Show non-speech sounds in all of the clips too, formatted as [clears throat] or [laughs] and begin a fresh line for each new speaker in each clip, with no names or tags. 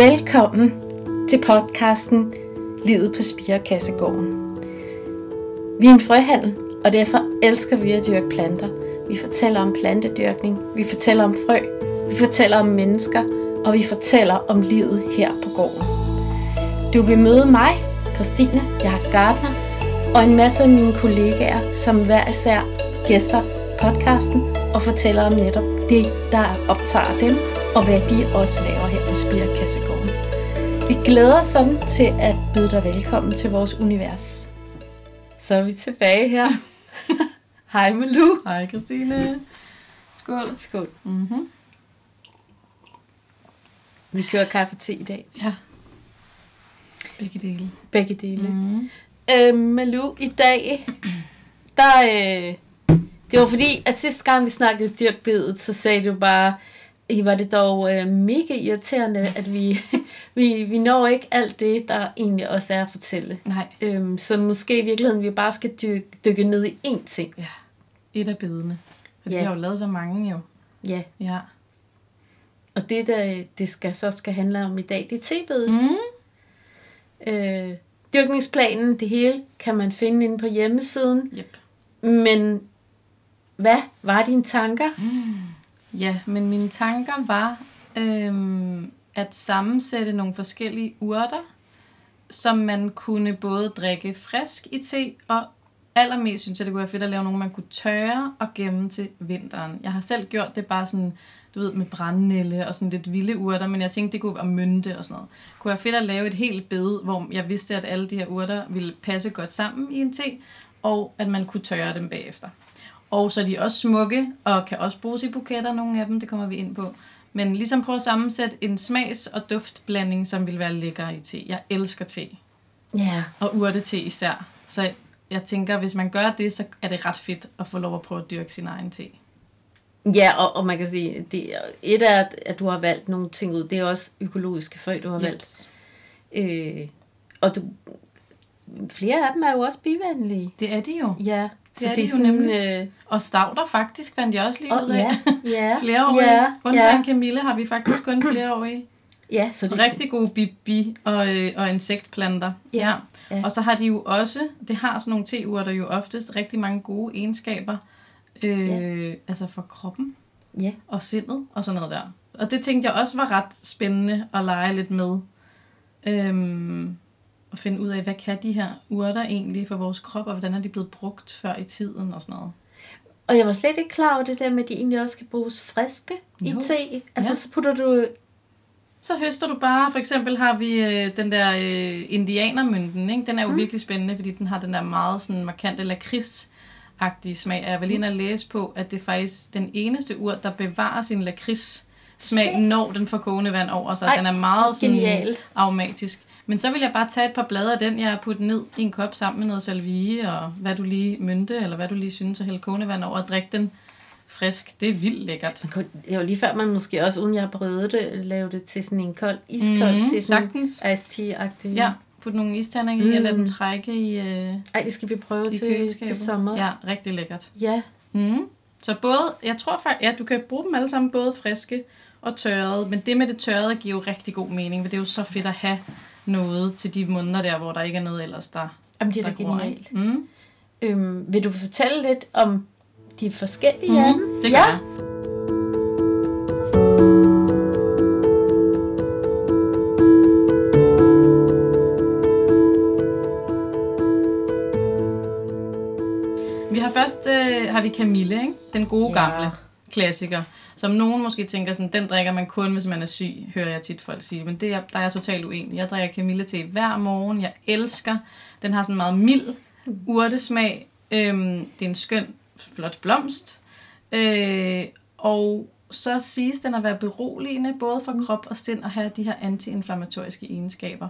Velkommen til podcasten Livet på Spirekassegården. Vi er en frøhandel, og derfor elsker vi at dyrke planter. Vi fortæller om plantedyrkning, vi fortæller om frø, vi fortæller om mennesker, og vi fortæller om livet her på gården. Du vil møde mig, Christine, jeg er gartner, og en masse af mine kollegaer, som hver især gæster podcasten og fortæller om netop det, der optager dem, og hvad de også laver her på Spirekassegården. Vi glæder os sådan til at byde dig velkommen til vores univers. Så er vi tilbage [laughs] her. Hej Malou.
Hej Christine. Skål.
Skål.
Mm-hmm.
Vi kører kaffe og te i dag.
Ja. Begge dele.
Begge dele. Mm.
Mm.
Øhm, Malou, i dag, der, øh, det var fordi, at sidste gang vi snakkede dyrkbedet, så sagde du bare, I var det dog øh, mega irriterende, at vi, [laughs] vi, vi når ikke alt det, der egentlig også er at fortælle.
Nej.
Øhm, så måske i virkeligheden, vi bare skal dykke, dykke ned i én ting.
Ja. Et af bedene. For
Ja.
vi har jo lavet så mange jo.
Ja.
Ja.
Og det, der, det skal, så skal handle om i dag, det er tebedet.
Mm.
Øh, dyrkningsplanen, det hele, kan man finde inde på hjemmesiden.
Yep.
Men hvad var dine tanker?
Ja, men mine tanker var øhm, at sammensætte nogle forskellige urter, som man kunne både drikke frisk i te, og allermest synes jeg, det kunne være fedt at lave nogle, man kunne tørre og gemme til vinteren. Jeg har selv gjort det bare sådan, du ved, med brændnælle og sådan lidt vilde urter, men jeg tænkte, det kunne være mynte og sådan noget. Det kunne være fedt at lave et helt bed, hvor jeg vidste, at alle de her urter ville passe godt sammen i en te, og at man kunne tørre dem bagefter. Og så er de også smukke, og kan også bruges i buketter, nogle af dem, det kommer vi ind på. Men ligesom prøve at sammensætte en smags- og duftblanding, som vil være lækker i te. Jeg elsker te,
Ja. Yeah.
og urtete især. Så jeg tænker, hvis man gør det, så er det ret fedt at få lov at prøve at dyrke sin egen te.
Ja, og, og man kan sige, det, et er, at- at du har valgt nogle ting ud. Det er også økologiske frø, du har valgt.
Jeps.
Øh, og du, flere af dem er jo også bivenlige.
Det er de jo.
Ja, det så det
er
er
de jo
sådan...
nemlig.
Øh,
Og stavter faktisk, fandt jeg også lige ud
og,
af. [laughs]
ja, [laughs] ja,
Flere år
ja,
Undtagen
ja,
Camille har vi faktisk kun flere år i.
ja, så det,
Rigtig gode bibi og, øh, og insektplanter.
Ja. Ja.
ja. Og så har de jo også, det har sådan nogle teurter jo oftest, rigtig mange gode egenskaber. Øh, Altså for kroppen
ja,
og sindet og sådan noget der. Og det tænkte jeg også var ret spændende at lege lidt med. Øhm, og finde ud af, hvad kan de her urter egentlig for vores krop, og hvordan er de blevet brugt før i tiden og sådan noget.
Og jeg var slet ikke klar over det der med, at de egentlig også kan bruges friske i
Jo.
te. Altså,
Ja.
så putter du...
Så høster du bare, for eksempel har vi øh, den der øh, indianermynten, ikke? den er jo mm. virkelig spændende, fordi den har den der meget sådan, markante lakridsagtige smag. Og jeg
Mm.
var lige inde og læse på, at det er faktisk den eneste ur, der bevarer sin lakrids smag, når den får kogende vand over sig.
Ej,
den er meget sådan,
genial.
aromatisk. Men så vil jeg bare tage et par blade af den, jeg har puttet ned i en kop sammen med noget salvie, og hvad du lige mynte, eller hvad du lige synes, og hælde kogende vand over og drikke den frisk. Det er vildt lækkert.
Man kunne- Det var lige før, man måske også, uden jeg har prøvet det, lave det til sådan en kold, iskold, mm, til sådan
Mhm. sagtens.
en iced
Ja, put nogle isterninger i, og lad
Mm.
den trække i, øh,
Ej, det skal vi prøve
i
til, til
køleskabet.
sommer.
Ja, rigtig lækkert.
ja.
Mm. Så både, jeg tror faktisk, ja, du kan bruge dem alle sammen både friske og tørrede, men det med det tørrede giver jo rigtig god mening, for det er jo så fedt at have noget til de måneder der, hvor der ikke er noget ellers, der,
Jamen, det er
der
da genialt.
ikke? Mm.
Øhm, vil du fortælle lidt om de forskellige af dem?
Mm. Det
ja.
gør jeg. Vi har først øh, har vi Camille, ikke? den gode
Ja.
gamle klassiker, som nogen måske tænker sådan, den drikker man kun, hvis man er syg, hører jeg tit folk sige, men det er, der er jeg totalt uenig. Jeg drikker Camille te hver morgen, jeg elsker. Den har sådan meget mild urtesmag. Øhm, det er en skøn, flot blomst. Øh, og så siges den at være beroligende, både for krop og sind, og have de her antiinflammatoriske egenskaber.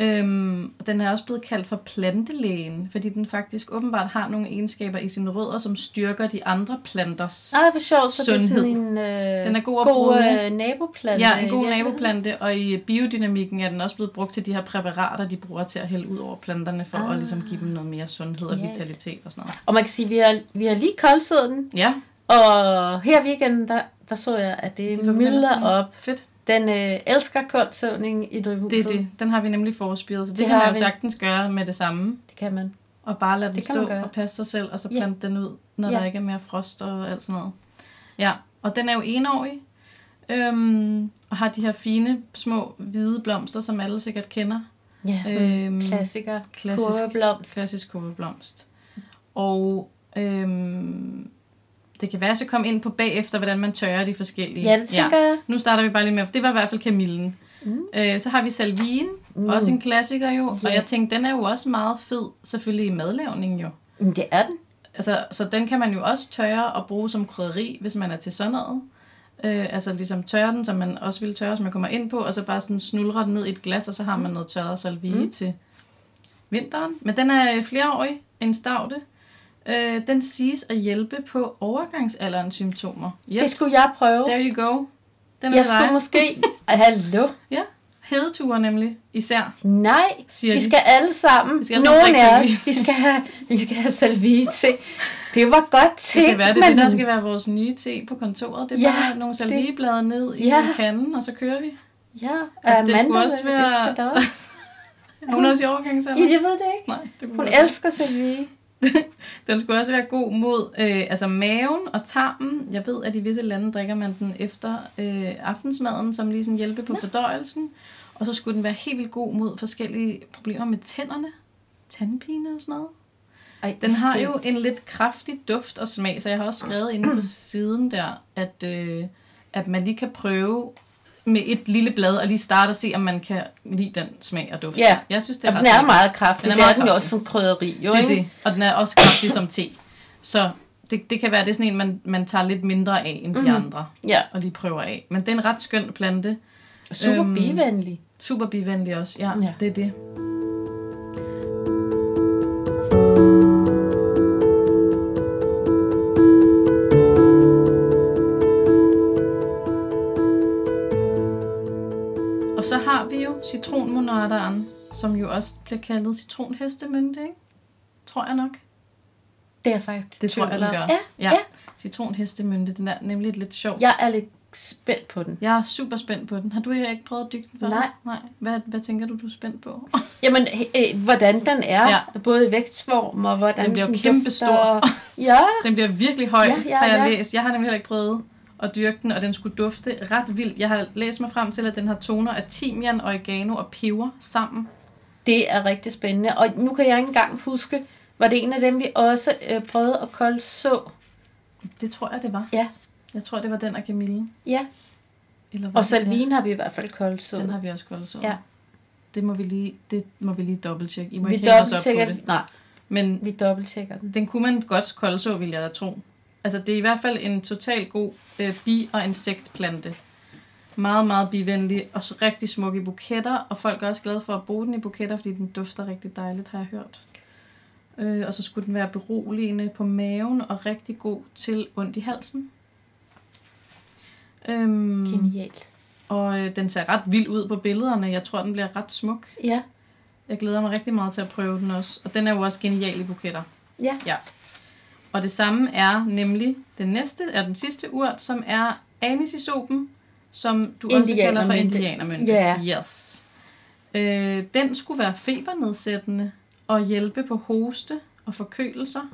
Øhm, og den er også blevet kaldt for plantelægen, fordi den faktisk åbenbart har nogle egenskaber i sine rødder, som styrker de andre planters.
Ej, hvor sjovt, så det er
Sundhed.
sådan en øh,
Den er god at
god
bruge.
øh, naboplante.
Ja, en god
i virkeligheden.
naboplante, og i biodynamikken er den også blevet brugt til de her præparater, de bruger til at hælde ud over planterne, for ah.
Ah.
at ligesom give dem noget mere sundhed og
Genialt.
vitalitet og sådan noget.
Og man kan sige, at vi har, vi har lige koldsødet den,
Ja,
og her i weekenden, der, der så jeg, at det,
De
det
var begyndt at
mylder
smage.
op.
fedt.
Den øh, elsker koldsøvning i
Det
drivhuset.
er det. Den har vi nemlig forespillet, så det,
Det
det kan man
har
jo
vi.
sagtens gøre med det samme.
det kan man.
Og bare lade den
Det kan man
stå
gøre.
og passe sig selv, og så
Ja.
plante den ud, når
Ja.
der ikke er mere frost og alt sådan noget. Ja, og den er jo enårig, øhm, og har de her fine, små, hvide blomster, som alle sikkert kender.
Ja, sådan øh,
Øhm,
klassiker.
klassisk.
Kurveblomst.
klassisk kurveblomst. Og øhm, det kan være, at jeg skal komme ind på bagefter, hvordan man tørrer de forskellige.
Ja, det tænker ja. jeg.
Nu starter vi bare lige med, det var i hvert fald kamillen.
Mm.
Øh, så har vi salvien, mm.
Mm.
også en klassiker jo. Og
Ja.
jeg tænkte, den er jo også meget fed, selvfølgelig i madlavningen jo.
Men det er den.
Altså, så den kan man jo også tørre og bruge som krydderi, hvis man er til sådan noget. Øh, altså ligesom tørre den, som man også ville tørre, som man kommer ind på, og så bare sådan snuldre den ned i et glas, og så har man noget tørret salvie mm. til vinteren. Men den er øh, flereårig, en stavte. Øh, den siges at hjælpe på overgangsalderens symptomer. Yes.
Det skulle jeg prøve.
There you go. Den
Jeg
er jeg dig.
skulle måske... Hallo?
Ja. Hedeture nemlig, især,
Nej,
siger
vi
de.
skal alle sammen.
Vi skal alle
Nogen
drikke
af os,
salvie.
vi skal have, vi skal have salvie til. Det var godt til.
Det kan være, det er det, der skal være vores nye te på kontoret. Det er
Ja,
bare nogle salvieblade ned i
Ja.
kanden, og så kører vi.
Ja,
Altså,
altså,
det
Amanda,
skulle også
vil-
være-
elsker det også.
Er hun også i overgangsalder?
Ja, jeg ved det ikke.
Nej, det kunne
Hun
godt være.
elsker salvie.
Den skulle også være god mod øh, altså maven og tarmen. Jeg ved, at i visse lande drikker man den efter øh, aftensmaden, som lige sådan hjælpe på fordøjelsen. Og så skulle den være helt vildt god mod forskellige problemer med tænderne. Tandpine og sådan noget.
Ej,
Den har
skægt.
jo en lidt kraftig duft og smag, så jeg har også skrevet inde
[clears throat]
på siden der, at, øh, at man lige kan prøve med et lille blad og lige starte og se, om man kan lide den smag og duft.
Ja.
Jeg synes, det
Ja,
er
Altså, den
ret
er meget kraftig.
Den er
Den er,
meget
den jo
kraftig.
også som krydderi, jo,
Det er
ikke?
det. Og den er også kraftig som te. Så det, det kan være, det er sådan en, man, man tager lidt mindre af end de mm. andre,
Ja,
og lige prøver af. Men det er en ret skøn plante.
super
Øhm,
bivenlig.
Super bivenlig også. Ja, ja.
Ja.
det er det. Og så har vi jo citronmonarderen, som jo også bliver kaldet citronhestemynte, ikke? Tror jeg nok.
Det er faktisk
Det tror jeg, den
tvivl om.
gør.
Ja, ja. ja,
Citronhestemynte, den er nemlig lidt sjov.
jeg er lidt spændt på den.
Jeg er super spændt på den. Har du ikke prøvet at dykke den før?
Nej.
Nej. Hvad, hvad tænker du, du er spændt på? [laughs]
Jamen, øh, hvordan den er,
Ja.
ja. både i vægtform og hvordan
Den bliver jo
dufter.
kæmpestor. [laughs]
Ja,
Den bliver virkelig høj, ja,
Ja,
ja,
ja,
har jeg
ja.
læst. Jeg har nemlig heller ikke prøvet at dyrke den, og den skulle dufte ret vildt. Jeg har læst mig frem til, at den har toner af timian, oregano og peber sammen.
det er rigtig spændende. Og nu kan jeg ikke engang huske, var det en af dem, vi også øh, prøvede at kolde så.
Det tror jeg, det var.
Ja.
Jeg tror, det var den af Camille.
Ja,
Eller hvad?
og salvien har vi i hvert fald koldt så.
Ja, den har vi også koldt så.
Ja.
Det må vi lige, det må vi lige dobbelttjekke. I må vi
vi
ikke hænge os op på
dobbelttjekker
det.
Nej,
Men
vi dobbelttjekker den.
Den kunne man godt kolde så, vil jeg da tro. Altså, det er i hvert fald en total god øh, bi- og insektplante. Meget, meget bivenlig, og så rigtig smuk i buketter, og folk er også glade for at bruge den i buketter, fordi den dufter rigtig dejligt, har jeg hørt. Øh, og så skulle den være beroligende på maven, og rigtig god til ondt i halsen. Øhm,
Genialt.
og øh, den ser ret vild ud på billederne. Jeg tror, den bliver ret smuk.
Ja,
Jeg glæder mig rigtig meget til at prøve den også. Og den er jo også genial i buketter.
ja.
Ja. Og det samme er nemlig den næste, er den sidste urt, som er anisisopen, som du også kalder for
Indianermynte.
indianermynte.
Ja.
Yes. Øh, den skulle være febernedsættende og hjælpe på hoste og forkølelser.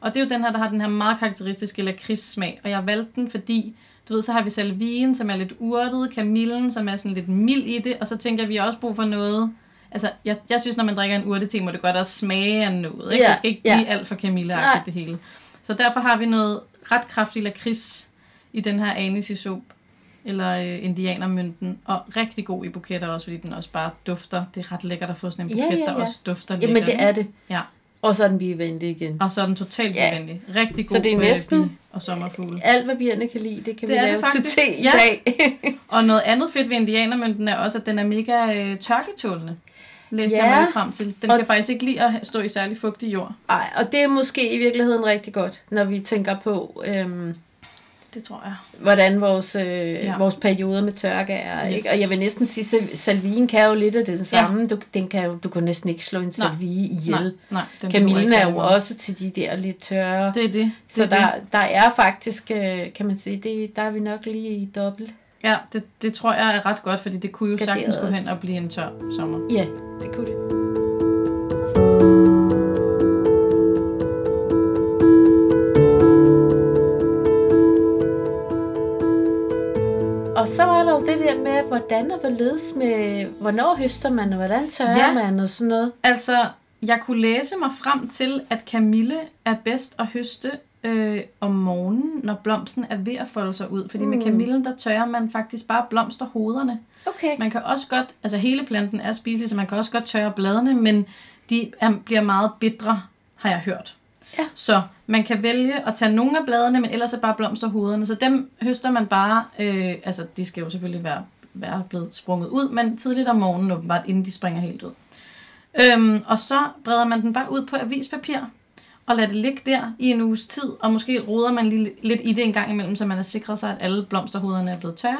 Og det er jo den her, der har den her meget karakteristiske lakridssmag, og jeg valgte den, fordi du ved, så har vi salvien, som er lidt urtet, kamillen, som er sådan lidt mild i det, og så tænker jeg, at vi har også brug for noget. Altså, jeg, jeg synes, når man drikker en urtete, må det godt også smage af noget. Ikke?
Ja,
det skal ikke
ja.
blive alt for kamille
Nej.
det hele. Så derfor har vi noget ret kraftig lakrids i den her anisisop, eller øh, indianermynten, og rigtig god i buketter også, fordi den også bare dufter. Det er ret lækkert at få sådan en
Ja,
buket,
ja,
der
ja.
også dufter
Jamen,
lækkert.
det er det.
Ja.
Og så er den bivenlig igen.
Og så er den totalt
Ja.
bivenlig. Rigtig
Så
god
det er
øh,
næsten-
bi- og sommerfugle.
Alt, hvad bierne kan lide, det kan
Det
vi
er det
lave til
faktisk.
te i
Ja.
dag. [laughs]
Og noget andet fedt ved indianermynten er også, at den er mega øh, tørketålende. Læser
Ja.
jeg mig frem til. Den
Og-
kan faktisk ikke lide at stå i særlig fugtig jord.
Ej, og det er måske i virkeligheden rigtig godt, når vi tænker på, øhm,
Det tror jeg.
hvordan vores, øh, ja.
Ja.
vores perioder med tørke er.
Yes.
Yes. Ikke? Og jeg vil næsten sige, at salvien kan jo lidt af det samme. Ja. Du, den kan jo, du kan næsten ikke slå en salvie
Nej,
ihjel.
nej. Den behøver
Camillen
ikke
er
særlig
jo
meget.
også til de der lidt tørre. Det,
Det er det. det
så
er
der, der er faktisk, øh, kan man sige, det, der er vi nok lige i dobbelt.
Ja, det, det tror jeg er ret godt, fordi det kunne jo
Garderet
sagtens gå hen
også.
og blive en tør sommer.
Ja, det kunne det. Og så var der jo det der med, hvordan og hvorledes med, hvornår høster man, og hvordan tørrer
Ja.
ja. man, og sådan noget.
Altså, jeg kunne læse mig frem til, at Camille er bedst at høste øh, om morgenen, når blomsten er ved at folde sig ud. Fordi mm.
Mm.
med Camille, der tørrer man faktisk bare blomsterhoderne.
Okay.
Man kan også godt, altså hele planten er spiselig, så man kan også godt tørre bladene, men de er, bliver meget bitre, har jeg hørt.
Ja.
Så man kan vælge at tage nogle af bladene, men ellers er bare blomsterhoderne. Så dem høster man bare, øh, altså de skal jo selvfølgelig være, være blevet sprunget ud, men tidligt om morgenen åbenbart, inden de springer helt ud. Øhm, og så breder man den bare ud på avispapir, og lader det ligge der i en uges tid, og måske roder man lige lidt i det en gang imellem, så man er sikret sig, at alle blomsterhoderne er blevet tørre.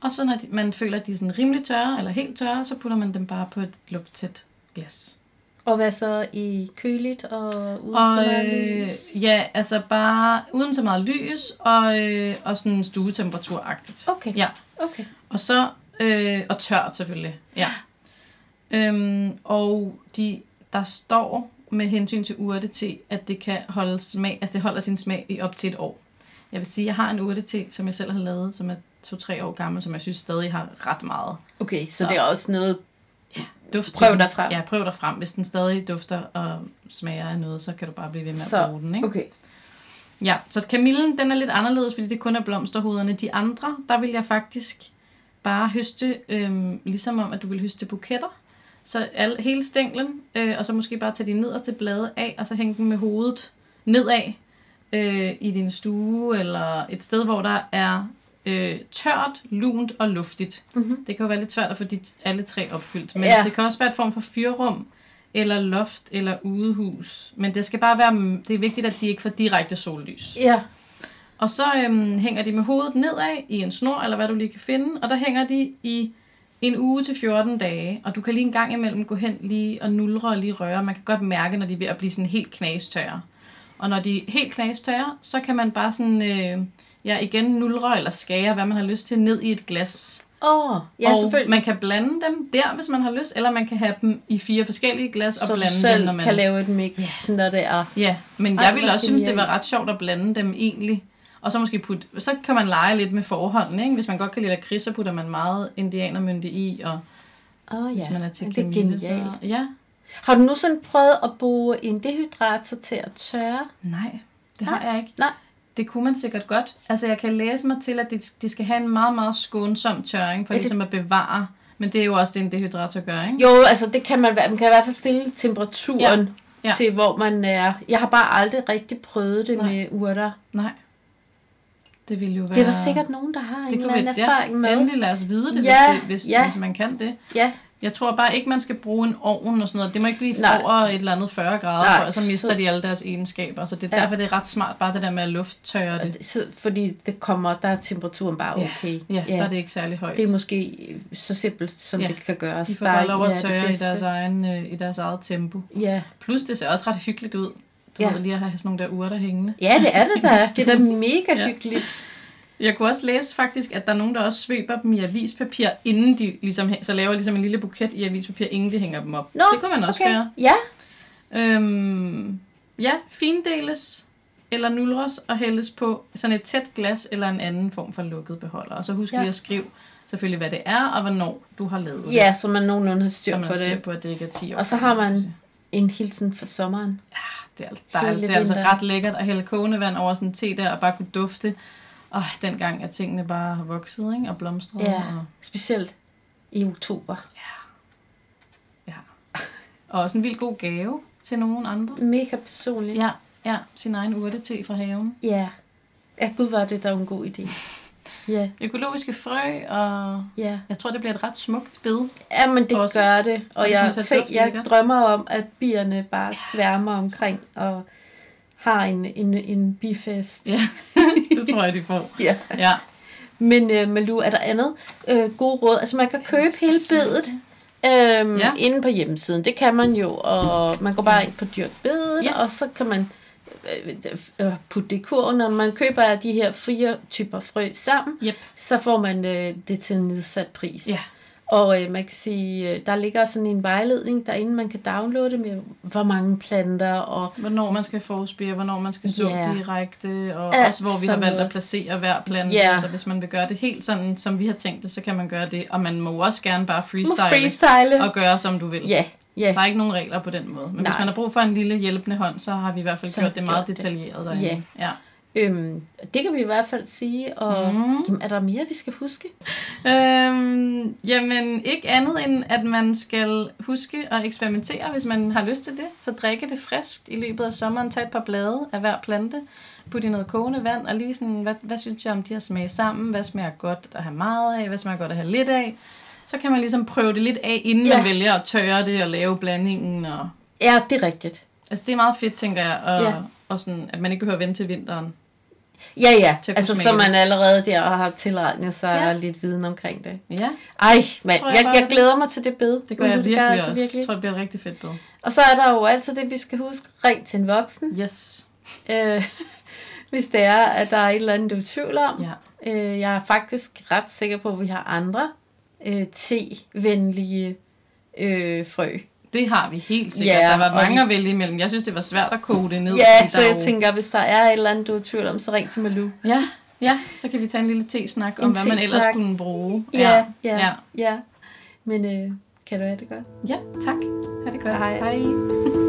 Og så når de, man føler, at de er sådan rimelig tørre, eller helt tørre, så putter man dem bare på et lufttæt glas.
Og hvad så i køligt og uden og, så
Og
meget
øh,
lys?
ja, altså bare uden så meget lys, og, øh, og sådan stuetemperaturagtigt.
Okay.
Ja,
Okay.
og så, øh, og tørt selvfølgelig, ja. Øhm, og de, der står med hensyn til urte til, at det kan holde smag, altså det holder sin smag i op til et år. Jeg vil sige, at jeg har en urte til, som jeg selv har lavet, som er to-tre år gammel, som jeg synes stadig har ret meget
Okay, så,
Så.
så det er også noget...
duft
Prøv
til den.
dig frem.
Ja, prøv dig frem. Hvis den stadig dufter og smager af noget, så kan du bare blive ved med at
Så,
bruge den. Ikke?
Okay.
Ja, så kamillen, den er lidt anderledes, fordi det kun er blomsterhoderne. De andre, der vil jeg faktisk bare høste, øhm, ligesom om, at du vil høste buketter. Så al, hele stænglen, øh, og så måske bare tage de nederste blade af, og så hænge dem med hovedet nedad øh, i din stue, eller et sted, hvor der er øh, tørt, lunt og luftigt.
Mhm.
Det kan jo være lidt svært at få de, t- alle tre opfyldt, men
Ja.
det kan også være et form for fyrrum, eller loft, eller udehus. Men det skal bare være, det er vigtigt, at de ikke får direkte sollys.
Ja.
Og så øhm, hænger de med hovedet nedad i en snor, eller hvad du lige kan finde, og der hænger de i en uge til 14 dage, og du kan lige en gang imellem gå hen lige og nulre og lige røre. Man kan godt mærke, når de er ved at blive sådan helt knastørre. Og når de er helt knastørre, så kan man bare sådan, øh, ja igen nulre eller skære, hvad man har lyst til, ned i et glas.
Åh, oh, ja,
og
selvfølgelig.
man kan blande dem der, hvis man har lyst, eller man kan have dem i fire forskellige glas og
så du
blande
selv
dem, når man
kan lave et mix, yeah. når det er.
Ja, men
Ej,
jeg ville
hvor
også synes, det
genialt.
var ret sjovt at blande dem egentlig. Og så måske putte, så kan man lege lidt med forholdene, ikke? Hvis man godt kan lide lakrids, så putter man meget indianermynte i, og
Åh oh,
hvis man
ja,
er til
det er
kamille,
genialt.
Så, ja,
Har du nu sådan prøvet at bruge en dehydrator til at tørre?
nej, det
Nej,
har jeg ikke.
nej.
Det kunne man sikkert godt. Altså, jeg kan læse mig til, at det, det skal have en meget, meget skånsom tørring, for
Ja, det-
ligesom at bevare. Men det er jo også det, en dehydrator gør, ikke?
Jo, altså det kan man, være- man kan i hvert fald stille temperaturen
Ja,
ja.
ja.
Ja. til, hvor man er. Jeg har bare aldrig rigtig prøvet det
Nej.
Nej. med urter.
Nej. Det ville jo være...
Det er der sikkert nogen, der har en
det
eller
kunne vi,
anden erfaring
ja,
med.
Endelig lad os vide det,
Ja,
hvis, det hvis,
ja.
hvis man kan det.
Ja,
Jeg tror bare ikke, man skal bruge en ovn og sådan noget. Det må ikke blive
Nej.
over et eller andet 40 grader,
Nej,
for så mister
så-
de alle deres egenskaber. Så det er
Ja.
derfor, det er ret smart bare det der med at lufttørre
og
det.
det- så- fordi det kommer, der er temperaturen bare
Ja,
okay.
Ja, der er det ikke særlig højt.
det er måske så simpelt, som
Ja.
det kan gøres.
de får
Der er
bare
ikke
lov at
af det
tørre i
bedste.
deres, egen, øh, i deres eget tempo.
Ja.
Plus, det ser også ret hyggeligt ud. Du
Ja.
ved, lige at have sådan nogle der urter hængende.
ja, det er det da.
[laughs]
Det er da mega
Ja.
hyggeligt.
Jeg kunne også læse faktisk, at der er nogen, der også svøber dem i avispapir, inden de ligesom, hæ- så laver ligesom en lille buket i avispapir, inden de hænger dem op.
Nå,
det kunne man også
okay.
gøre.
Ja,
Øhm, ja, findeles eller nulres og hældes på sådan et tæt glas eller en anden form for lukket beholder. Og så husk
Ja.
lige at skrive selvfølgelig, hvad det er og hvornår du har lavet det.
ja så man nogenlunde har styr
så man
på
har styr
det.
på, at det ikke er 10 år.
Og så har man-
gammelt.
En hilsen for sommeren.
Det er, der, er-
Hele
det er altså
vinteren.
ret lækkert at hælde kogende vand over sådan en te der og bare kunne dufte. Og dengang, at tingene bare har vokset ikke? og blomstret.
Ja.
Og,
Specielt i oktober.
ja. og også en vild god gave til nogen andre.
Mega personligt.
Ja, ja sin egen urte-te fra haven.
Ja. Ja, gud, var det da en god idé. [laughs] Ja,
Økologiske frø og
ja.
Jeg tror, det bliver et ret smukt bed.
Ja, men det
Også-
Også. gør det.
Og
Og
det kommer
jeg,
til at
tænk,
dufte
jeg
lækkert.
drømmer om, at bierne bare sværmer omkring og har en, en, en bifest.
[laughs] Ja. det tror jeg, de får.
Ja.
Ja.
Men øh, Malu, er der andet øh, gode råd? Altså, man kan købe hele
sige
bedet øhm,
Ja.
ja. inde på hjemmesiden. Det kan man jo, og man går bare ind på Dyrk Bedet,
Yes.
yes. og så kan man øh, øh, putte det i kurven. Når man køber de her fire typer frø sammen,
Yep.
så får man øh, det til en nedsat pris.
Ja.
Og øh, man kan sige, øh, der ligger sådan en vejledning derinde, man kan downloade med, hvor mange planter og
Hvornår man skal forspire, hvornår man skal så
Ja.
yeah. direkte, og
Ja,
ja, også hvor vi har
sådan
valgt
noget.
at placere hver plante.
Ja.
Yeah. Så hvis man vil gøre det helt sådan, som vi har tænkt det, så kan man gøre det. Og man må også gerne bare
Må
freestyle,
freestyle.
og gøre, som du vil.
Ja, ja,
Der er ikke nogen regler på den måde. Men Nej.
Nej.
hvis man har brug for en lille hjælpende hånd, så har vi i hvert fald
Så
så
har
gjort
vi
det meget
gjort det.
detaljeret derinde.
Ja.
Ja.
øhm, det kan vi i hvert fald sige. Og mm.
Mm.
jamen, er der mere, vi skal huske?
Øhm, jamen, ikke andet end, at man skal huske at eksperimentere, hvis man har lyst til det. Så drikke det friskt i løbet af sommeren. Tag et par blade af hver plante. Put i noget kogende vand, og lige sådan, hvad, hvad synes jeg om de her smage sammen? Hvad smager godt at have meget af? Hvad smager godt at have lidt af? Så kan man ligesom prøve det lidt af, inden
Ja.
ja. man vælger at tørre det og lave blandingen. Og...
Ja, det er rigtigt.
Altså, det er meget fedt, tænker jeg, og,
Ja.
ja. og sådan, at man ikke behøver at vente til vinteren.
Ja, ja.
Til at kunne
altså, så
smage
man allerede der og har tilegnet sig ja.
Ja.
lidt viden omkring det.
Ja,
Ej, mand,
Tror
jeg,
jeg
jeg,
bare,
jeg
det-
glæder mig til det bed.
det gør jeg
Ulu,
virkelig
altså
også. Virkelig. Jeg tror, det bliver rigtig fedt bed.
Og så er der jo altid det, vi skal huske. Ring til en voksen,
Yes.
øh, [laughs] hvis det er, at der er et eller andet, du er i tvivl om.
Ja.
Øh, jeg er faktisk ret sikker på, at vi har andre øh, te-venlige øh, frø.
Det har vi helt sikkert.
Ja,
Ja, der var
og
mange
vi-
at vælge imellem. Jeg synes, det var svært at koge det ned.
Ja,
fordi
så
der
jeg
jo-
tænker, hvis der er et eller andet, du er i tvivl om, så ring til Malou.
Ja, ja, så kan vi tage en lille te-snak om,
En
hvad man ellers
tesnak.
kunne bruge.
Ja, ja, ja.
ja.
ja. Men øh, kan du have det godt?
ja tak. Ha' det godt.
Hej.
Hej.